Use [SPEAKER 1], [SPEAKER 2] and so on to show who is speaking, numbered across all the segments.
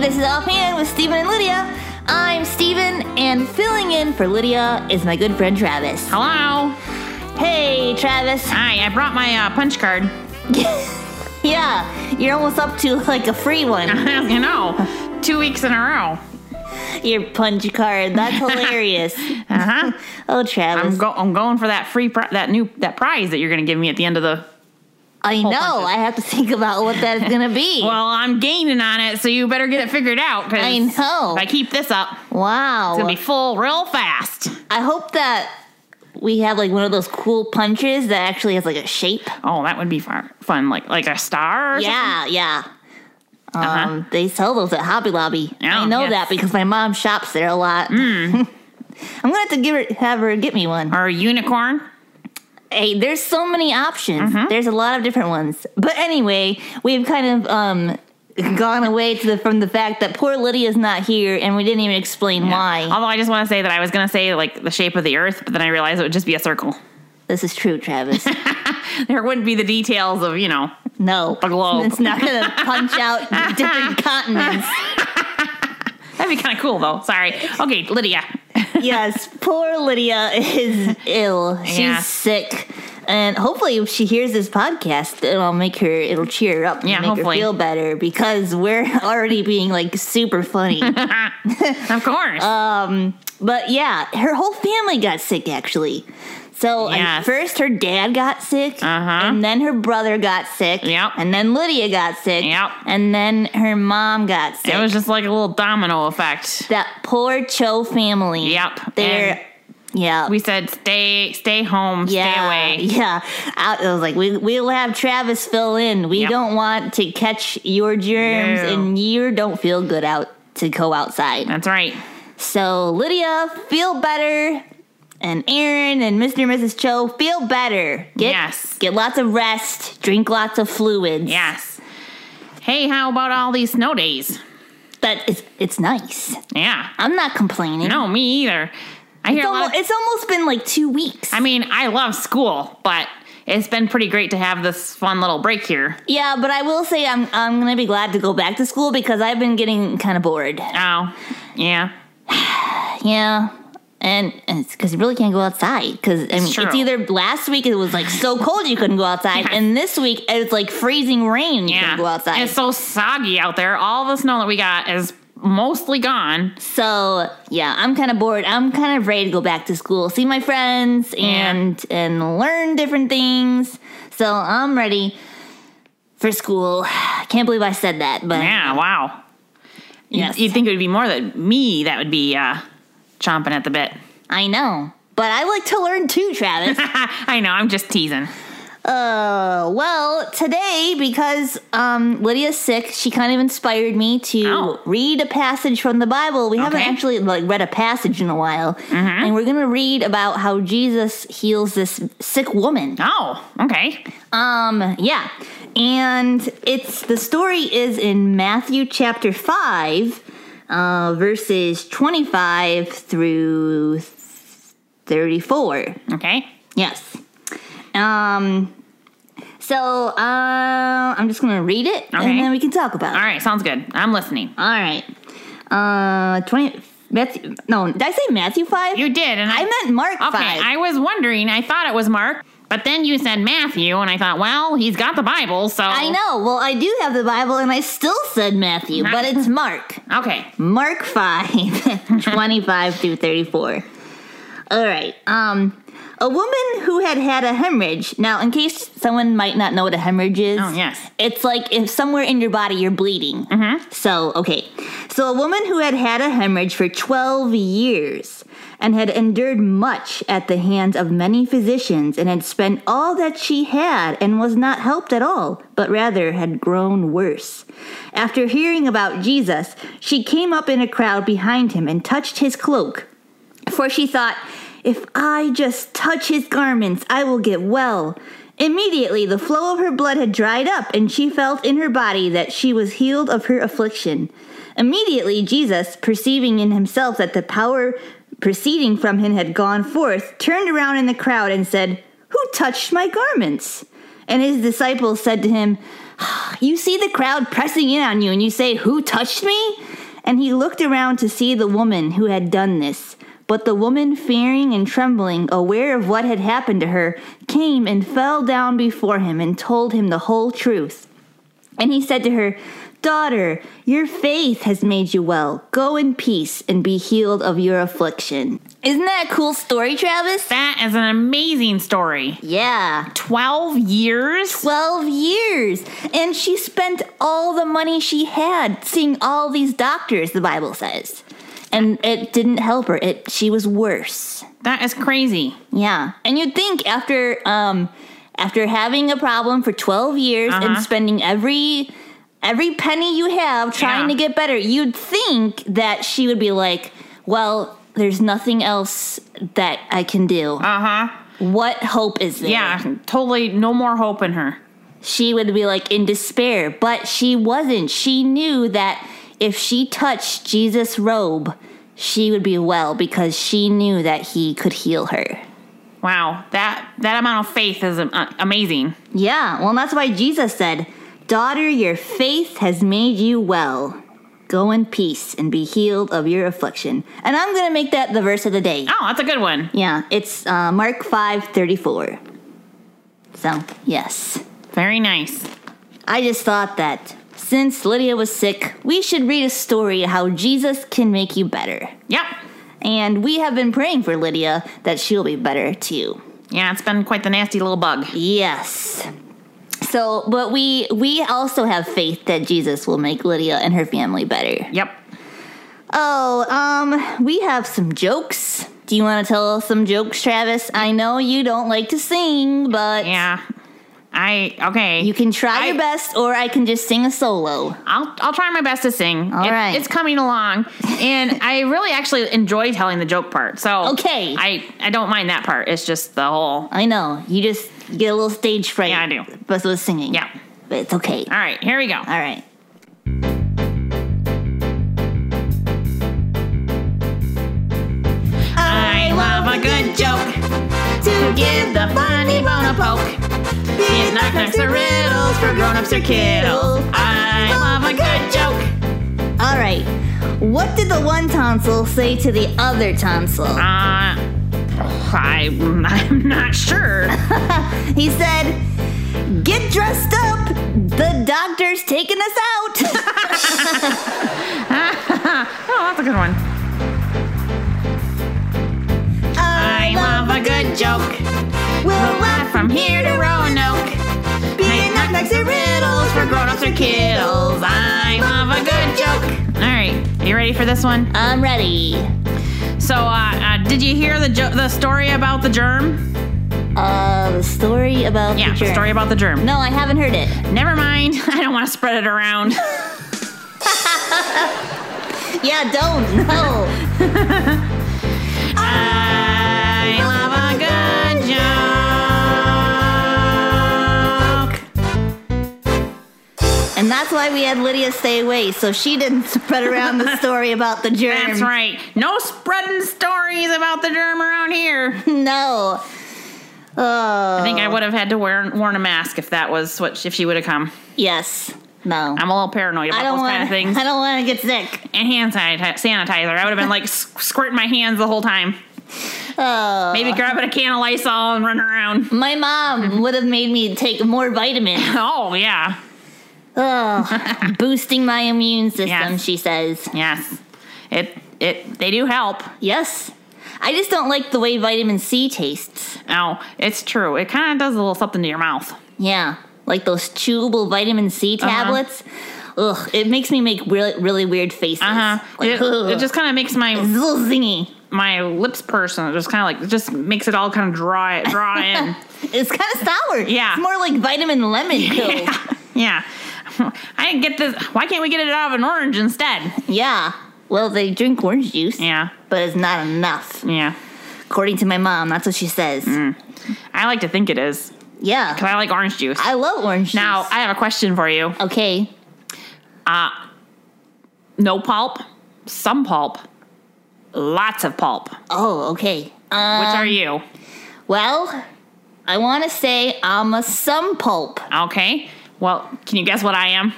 [SPEAKER 1] This is Offhand with Stephen and Lydia. I'm Stephen, and filling in for Lydia is my good friend Travis.
[SPEAKER 2] Hello.
[SPEAKER 1] Hey, Travis.
[SPEAKER 2] Hi, I brought my uh, punch card.
[SPEAKER 1] yeah, you're almost up to like a free one.
[SPEAKER 2] you know, two weeks in a row.
[SPEAKER 1] Your punch card. That's hilarious.
[SPEAKER 2] Uh huh.
[SPEAKER 1] Oh, Travis.
[SPEAKER 2] I'm go- I'm going for that free pri- that new that prize that you're going to give me at the end of the.
[SPEAKER 1] I know.
[SPEAKER 2] punches.
[SPEAKER 1] I have to think about what that is going to be.
[SPEAKER 2] Well, I'm gaining on it, so you better get it figured out. Cause
[SPEAKER 1] I know.
[SPEAKER 2] If I keep this up, it's
[SPEAKER 1] wow.
[SPEAKER 2] gonna be full real fast.
[SPEAKER 1] I hope that we have like one of those cool punches that actually has like a shape.
[SPEAKER 2] Oh, that would be fun. Fun, like like a star. Or
[SPEAKER 1] Yeah, yeah. Um,
[SPEAKER 2] Uh-huh.
[SPEAKER 1] They sell those at Hobby Lobby.
[SPEAKER 2] Yeah,
[SPEAKER 1] I know
[SPEAKER 2] yes. Hmm.
[SPEAKER 1] that because my mom shops there a lot. I'm gonna have to give her, have her get me one.
[SPEAKER 2] something? Or a unicorn.
[SPEAKER 1] Hey, there's so many options.
[SPEAKER 2] Mm-hmm.
[SPEAKER 1] There's a lot of different ones. But anyway, we've kind of um gone away to the, from the fact that poor Lydia's not here, and we didn't even explain why.
[SPEAKER 2] Although I just want to say that I was gonna say like the shape of the Earth, but then I realized it would just be a circle.
[SPEAKER 1] This is true, Travis.
[SPEAKER 2] There wouldn't be the details of you know
[SPEAKER 1] No,
[SPEAKER 2] The globe.
[SPEAKER 1] It's not gonna punch out different continents.
[SPEAKER 2] That'd be kind of cool, though. Sorry. Okay, Lydia.
[SPEAKER 1] yes, poor Lydia is ill. She's
[SPEAKER 2] Yeah.
[SPEAKER 1] sick. And hopefully, if she hears this podcast, it'll make her, it'll cheer her up and
[SPEAKER 2] Yeah,
[SPEAKER 1] make
[SPEAKER 2] hopefully.
[SPEAKER 1] her feel better because we're already being like super funny.
[SPEAKER 2] Of course.
[SPEAKER 1] but yeah, her whole family got sick actually. So at
[SPEAKER 2] Yes.
[SPEAKER 1] first, her dad got sick,
[SPEAKER 2] Uh-huh.
[SPEAKER 1] and then her brother got sick,
[SPEAKER 2] Yep.
[SPEAKER 1] and then Lydia got sick,
[SPEAKER 2] Yep.
[SPEAKER 1] and then her mom got sick.
[SPEAKER 2] it was just like a little domino effect.
[SPEAKER 1] that poor Cho family.
[SPEAKER 2] Yep.
[SPEAKER 1] They're yeah.
[SPEAKER 2] We said stay, stay home,
[SPEAKER 1] yeah,
[SPEAKER 2] stay away.
[SPEAKER 1] Yeah. I, I was like, we, we'll have Travis fill in. We
[SPEAKER 2] Yep.
[SPEAKER 1] don't want to catch your germs,
[SPEAKER 2] No. Uh.
[SPEAKER 1] and you don't feel good out to go outside.
[SPEAKER 2] That's right.
[SPEAKER 1] So, Lydia, feel better. And Aaron and Mr. and Mrs. Cho, feel better. Get,
[SPEAKER 2] Yes.
[SPEAKER 1] Get lots of rest. Drink lots of fluids.
[SPEAKER 2] Yes. Hey, how about all these snow days?
[SPEAKER 1] But it's, it's nice.
[SPEAKER 2] Yeah.
[SPEAKER 1] I'm not complaining.
[SPEAKER 2] No, me either. I hear
[SPEAKER 1] It's
[SPEAKER 2] a lot.
[SPEAKER 1] almost, it's almost been like two weeks.
[SPEAKER 2] I mean, I love school, but it's been pretty great to have this fun little break here.
[SPEAKER 1] Yeah, but I will say I'm I'm gonna be glad to go back to school because I've been getting kind of bored.
[SPEAKER 2] Oh, yeah.
[SPEAKER 1] Yeah, and, and it's because you really can't go outside. Because I mean,
[SPEAKER 2] true.
[SPEAKER 1] it's either last week it was like so cold you couldn't go outside, and this week it's like freezing rain you
[SPEAKER 2] Yeah.
[SPEAKER 1] couldn't go outside.
[SPEAKER 2] It's so soggy out there. All the snow that we got is mostly gone.
[SPEAKER 1] so yeah, I'm kind of bored. I'm kind of ready to go back to school, see my friends, and and learn different things. So I'm ready for school. Can't believe I said that, but
[SPEAKER 2] Yeah, wow. You'd-
[SPEAKER 1] Yes.
[SPEAKER 2] You'd think it would be more than me that would be uh, chomping at the bit.
[SPEAKER 1] I know. But I like to learn too, Travis.
[SPEAKER 2] I know, I'm just teasing.
[SPEAKER 1] Uh, well, today because um, Lydia's sick, she kind of inspired me to
[SPEAKER 2] Oh.
[SPEAKER 1] read a passage from the Bible. We haven't
[SPEAKER 2] Okay.
[SPEAKER 1] actually like read a passage in a while, and we're gonna read about how Jesus heals this sick woman.
[SPEAKER 2] Oh, okay.
[SPEAKER 1] Um, yeah, and it's the story is in Matthew chapter five, uh, verses twenty-five through thirty-four.
[SPEAKER 2] Okay.
[SPEAKER 1] Yes. Um. So uh, I'm just gonna read it,
[SPEAKER 2] Okay.
[SPEAKER 1] and then we can talk about
[SPEAKER 2] All
[SPEAKER 1] it.
[SPEAKER 2] right, sounds good. I'm listening.
[SPEAKER 1] All right. Uh, twenty. Matthew. No, did I say Matthew five?
[SPEAKER 2] You did, and I,
[SPEAKER 1] I meant Mark
[SPEAKER 2] Okay,
[SPEAKER 1] five.
[SPEAKER 2] I was wondering. I thought it was Mark, but then you said Matthew, and I thought, well, he's got the Bible, so.
[SPEAKER 1] I know. Well, I do have the Bible, and I still said Matthew, but it's Mark.
[SPEAKER 2] Okay.
[SPEAKER 1] Mark 5, 25 through 34. All right. Um, a woman who had had a hemorrhage. Now, in case someone might not know what a hemorrhage is,
[SPEAKER 2] Oh, yes.
[SPEAKER 1] it's like if somewhere in your body you're bleeding. Mm-hmm. So, okay. So, a woman who had had a hemorrhage for 12 years and had endured much at the hands of many physicians and had spent all that she had and was not helped at all, but rather had grown worse. After hearing about Jesus, she came up in a crowd behind him and touched his cloak. For she thought, If I just touch his garments, I will get well. Immediately, the flow of her blood had dried up, and she felt in her body that she was healed of her affliction. Immediately, Jesus, perceiving in himself that the power proceeding from him had gone forth, turned around in the crowd and said, Who touched my garments? And his disciples said to him, You see the crowd pressing in on you, and you say, Who touched me? And he looked around to see the woman who had done this. But the woman, fearing and trembling, aware of what had happened to her, came and fell down before him and told him the whole truth. And he said to her, Daughter, your faith has made you well. Go in peace and be healed of your affliction. Isn't that a cool story, Travis?
[SPEAKER 2] That is an amazing story.
[SPEAKER 1] Yeah.
[SPEAKER 2] 12 years?
[SPEAKER 1] 12 years. And she spent all the money she had seeing all these doctors, the Bible says. And it didn't help her. It she was worse.
[SPEAKER 2] That is crazy.
[SPEAKER 1] Yeah. And you'd think after um after having a problem for 12 years and
[SPEAKER 2] Uh-huh.
[SPEAKER 1] spending every every penny you have trying to
[SPEAKER 2] Yeah.
[SPEAKER 1] get better, you'd think that she would be like, "Well, there's nothing else that I can do.
[SPEAKER 2] Uh huh.
[SPEAKER 1] what hope is there?"
[SPEAKER 2] Yeah, totally no more hope in her.
[SPEAKER 1] she would be like in despair, but she wasn't. She knew that if she touched Jesus' robe, she would be well because she knew that he could heal her.
[SPEAKER 2] Wow, that that amount of faith is am- uh, amazing.
[SPEAKER 1] Yeah, well, that's why Jesus said, Daughter, your faith has made you well. Go in peace and be healed of your affliction. And I'm going to make that the verse of the day.
[SPEAKER 2] Oh, that's a good one.
[SPEAKER 1] Yeah, it's uh, Mark 5 34. So, yes.
[SPEAKER 2] Very nice.
[SPEAKER 1] I just thought that since Lydia was sick, we should read a story how Jesus can make you better.
[SPEAKER 2] Yep.
[SPEAKER 1] And we have been praying for Lydia that she'll be better too.
[SPEAKER 2] Yeah, it's been quite the nasty little bug.
[SPEAKER 1] Yes. So, but we we also have faith that Jesus will make Lydia and her family better.
[SPEAKER 2] Yep.
[SPEAKER 1] Oh, um, we have some jokes. Do you want to tell us some jokes, Travis? I know you don't like to sing, but
[SPEAKER 2] Yeah. I okay.
[SPEAKER 1] you can try
[SPEAKER 2] I-
[SPEAKER 1] your best, or I can just sing a solo.
[SPEAKER 2] I'll I'll try my best to sing.
[SPEAKER 1] All
[SPEAKER 2] It-
[SPEAKER 1] right.
[SPEAKER 2] It's coming along, and I really actually enjoy telling the joke part. So
[SPEAKER 1] Okay.
[SPEAKER 2] I I don't mind that part. It's just the whole.
[SPEAKER 1] I know. You just get a little stage fright.
[SPEAKER 2] Yeah, I do.
[SPEAKER 1] But with singing.
[SPEAKER 2] Yeah.
[SPEAKER 1] But it's okay.
[SPEAKER 2] All right, here we go.
[SPEAKER 1] All right.
[SPEAKER 2] I love a good joke to give the funny bone a poke. It knock knocks are riddles for grown-ups or kiddles. I love a good joke.
[SPEAKER 1] All right. What did the one tonsil say to the other tonsil?
[SPEAKER 2] Uh, I I'm not sure.
[SPEAKER 1] He said, Get dressed up. The doctor's taking us out.
[SPEAKER 2] Oh, that's a good one. I love a good joke.
[SPEAKER 1] We'll
[SPEAKER 2] We'll laugh from here to Roanoke. Night knock knocks and riddles for grown-ups or kiddles. I love a good joke. All right, you ready for this one?
[SPEAKER 1] I'm ready.
[SPEAKER 2] So, uh, uh, did you hear the jo- the story about the germ?
[SPEAKER 1] Uh, the story about
[SPEAKER 2] Yeah,
[SPEAKER 1] the
[SPEAKER 2] the
[SPEAKER 1] germ.
[SPEAKER 2] story about the germ.
[SPEAKER 1] No, I haven't heard it.
[SPEAKER 2] Never mind. I don't want to spread it around.
[SPEAKER 1] Yeah, don't. No.
[SPEAKER 2] I love a good joke.
[SPEAKER 1] and that's why we had Lydia stay away, so she didn't spread around the story about the germ.
[SPEAKER 2] That's right. No spreading stories about the germ around here.
[SPEAKER 1] No. Oh.
[SPEAKER 2] I think I would have had to wear worn a mask if that was what if she would have come.
[SPEAKER 1] Yes. No.
[SPEAKER 2] I'm a little paranoid
[SPEAKER 1] I
[SPEAKER 2] about
[SPEAKER 1] don't
[SPEAKER 2] those
[SPEAKER 1] want.
[SPEAKER 2] kind of things.
[SPEAKER 1] I don't want to get sick.
[SPEAKER 2] And hand sanit- sanitizer. I would have been like s- squirting my hands the whole time.
[SPEAKER 1] Oh.
[SPEAKER 2] Maybe grabbing a can of Lysol and running around.
[SPEAKER 1] My mom would have made me take more vitamins.
[SPEAKER 2] Oh yeah,
[SPEAKER 1] Oh, boosting my immune system.
[SPEAKER 2] Yes.
[SPEAKER 1] She says
[SPEAKER 2] yes. It it they do help.
[SPEAKER 1] yes. I just don't like the way vitamin C tastes.
[SPEAKER 2] Oh, it's true. It kind of does a little something to your mouth.
[SPEAKER 1] Yeah, like those chewable vitamin C
[SPEAKER 2] Uh-huh.
[SPEAKER 1] tablets. Ugh, it makes me make really, really weird faces.
[SPEAKER 2] Uh huh.
[SPEAKER 1] Like,
[SPEAKER 2] It,
[SPEAKER 1] ugh.
[SPEAKER 2] it just kind of makes
[SPEAKER 1] It's
[SPEAKER 2] my
[SPEAKER 1] a little zingy.
[SPEAKER 2] my lips person. It just kind of like it just makes it all kind of dry dry in.
[SPEAKER 1] It's kind of sour.
[SPEAKER 2] Yeah.
[SPEAKER 1] it's more like vitamin lemon pills. Yeah.
[SPEAKER 2] Yeah. I didn't get this. Why can't we get it out of an orange instead?
[SPEAKER 1] Well, they drink orange juice.
[SPEAKER 2] Yeah.
[SPEAKER 1] But it's not enough.
[SPEAKER 2] Yeah.
[SPEAKER 1] According to my mom, that's what she says.
[SPEAKER 2] Mm. I like to think it is.
[SPEAKER 1] Yeah.
[SPEAKER 2] But I like orange juice.
[SPEAKER 1] I love orange
[SPEAKER 2] now,
[SPEAKER 1] juice.
[SPEAKER 2] I have a question for you.
[SPEAKER 1] okay.
[SPEAKER 2] No pulp, some pulp, lots of pulp. Which
[SPEAKER 1] Oh, okay. Uh,
[SPEAKER 2] are you?
[SPEAKER 1] well, I want to say I'm a some pulp.
[SPEAKER 2] Okay. Well, can you guess what I am?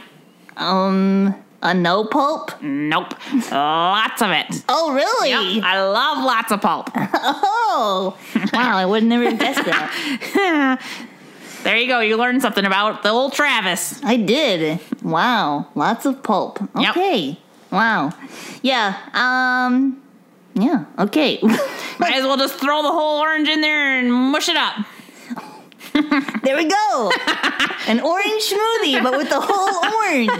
[SPEAKER 1] Um, A no pulp?
[SPEAKER 2] Nope. Lots of it.
[SPEAKER 1] Oh, really?
[SPEAKER 2] Yep, I love lots of pulp.
[SPEAKER 1] Oh, wow! I would never have guessed that.
[SPEAKER 2] There you go. You learned something about the old Travis.
[SPEAKER 1] I did. Wow, lots of pulp.
[SPEAKER 2] Yep.
[SPEAKER 1] Okay. Wow. Yeah. Um. Yeah. Okay.
[SPEAKER 2] Might as well just throw the whole orange in there and mush it up.
[SPEAKER 1] there we go. An orange smoothie, but with the whole orange.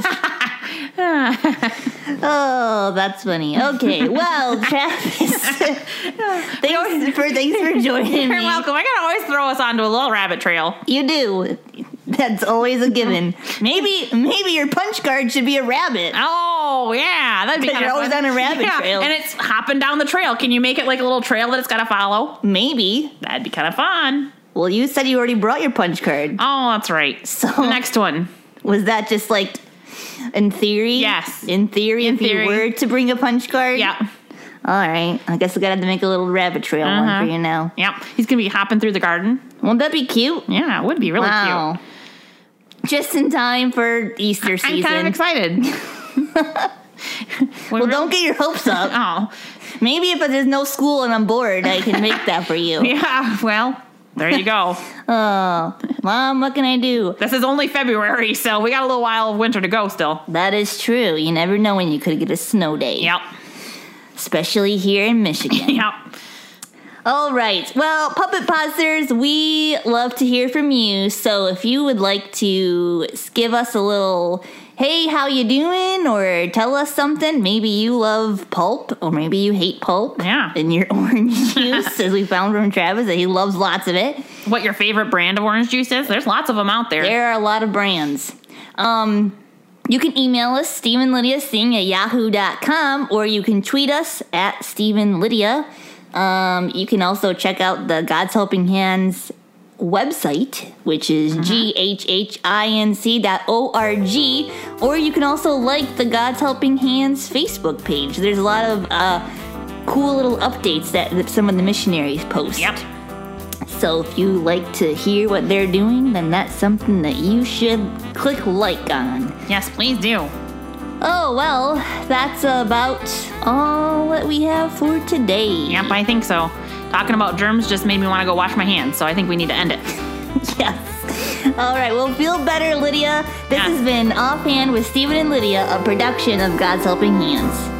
[SPEAKER 1] oh, that's funny. Okay. Well, Travis. thanks for thanks for joining
[SPEAKER 2] You're
[SPEAKER 1] me.
[SPEAKER 2] welcome. I gotta always throw us onto a little rabbit trail.
[SPEAKER 1] You do. That's always a given. Maybe maybe your punch card should be a rabbit.
[SPEAKER 2] Oh yeah, that'd be
[SPEAKER 1] 'Cause
[SPEAKER 2] kind
[SPEAKER 1] you're
[SPEAKER 2] of
[SPEAKER 1] always on a rabbit trail.
[SPEAKER 2] and it's hopping down the trail. Can you make it like a little trail that it's gotta follow?
[SPEAKER 1] Maybe.
[SPEAKER 2] That'd be kind of fun.
[SPEAKER 1] Well, you said you already brought your punch card.
[SPEAKER 2] Oh, that's right.
[SPEAKER 1] So-
[SPEAKER 2] the next one.
[SPEAKER 1] Was that just like in theory?
[SPEAKER 2] Yes.
[SPEAKER 1] In theory, if
[SPEAKER 2] theory.
[SPEAKER 1] you were to bring a punch card?
[SPEAKER 2] Yeah,
[SPEAKER 1] All right. I guess I gotta have to make a little rabbit trail
[SPEAKER 2] Uh-huh.
[SPEAKER 1] one for you now.
[SPEAKER 2] yeah. He's gonna be hopping through the garden.
[SPEAKER 1] Won't that be cute?
[SPEAKER 2] Yeah, it would be really
[SPEAKER 1] wow. Just in time for Easter season.
[SPEAKER 2] cute. I'm kind of excited.
[SPEAKER 1] well, don't get your hopes up.
[SPEAKER 2] Oh,
[SPEAKER 1] Maybe if there's no school and I'm bored, I can make that for you.
[SPEAKER 2] yeah. Well, there you go.
[SPEAKER 1] Oh, mom, what can I do?
[SPEAKER 2] this is only February, so we got a little while of winter to go still.
[SPEAKER 1] That is true. You never know when you could get a snow day.
[SPEAKER 2] Yep,
[SPEAKER 1] Especially here in Michigan.
[SPEAKER 2] yep.
[SPEAKER 1] All right. Well, puppet posters, we love to hear from you. So if you would like to s- give us a little, hey, how you doing? Or tell us something. Maybe you love pulp, or maybe you hate pulp.
[SPEAKER 2] Yeah.
[SPEAKER 1] In your orange juice, as we found from Travis, that he loves lots of it.
[SPEAKER 2] What your favorite brand of orange juice is? There's lots of them out there.
[SPEAKER 1] There are a lot of brands. Um, you can email us, Steve and Lydia Sing at yahoo.com, or you can tweet us at Steve and Lydia. Um, you can also check out the God's Helping Hands website, which is
[SPEAKER 2] Uh-huh.
[SPEAKER 1] ghhinc dot O-R-G, or you can also like the God's Helping Hands Facebook page. There's a lot of uh, cool little updates that, that some of the missionaries post.
[SPEAKER 2] Yep.
[SPEAKER 1] So if you like to hear what they're doing, then that's something that you should click like on.
[SPEAKER 2] Yes, please do.
[SPEAKER 1] Oh well, that's about all that we have for today.
[SPEAKER 2] Yep, I think so. Talking about germs just made me want to go wash my hands, so I think we need to end it.
[SPEAKER 1] Yes. All right, well, feel better, Lydia. This
[SPEAKER 2] Yeah.
[SPEAKER 1] has been Offhand with Stephen and Lydia, a production of God's Helping Hands.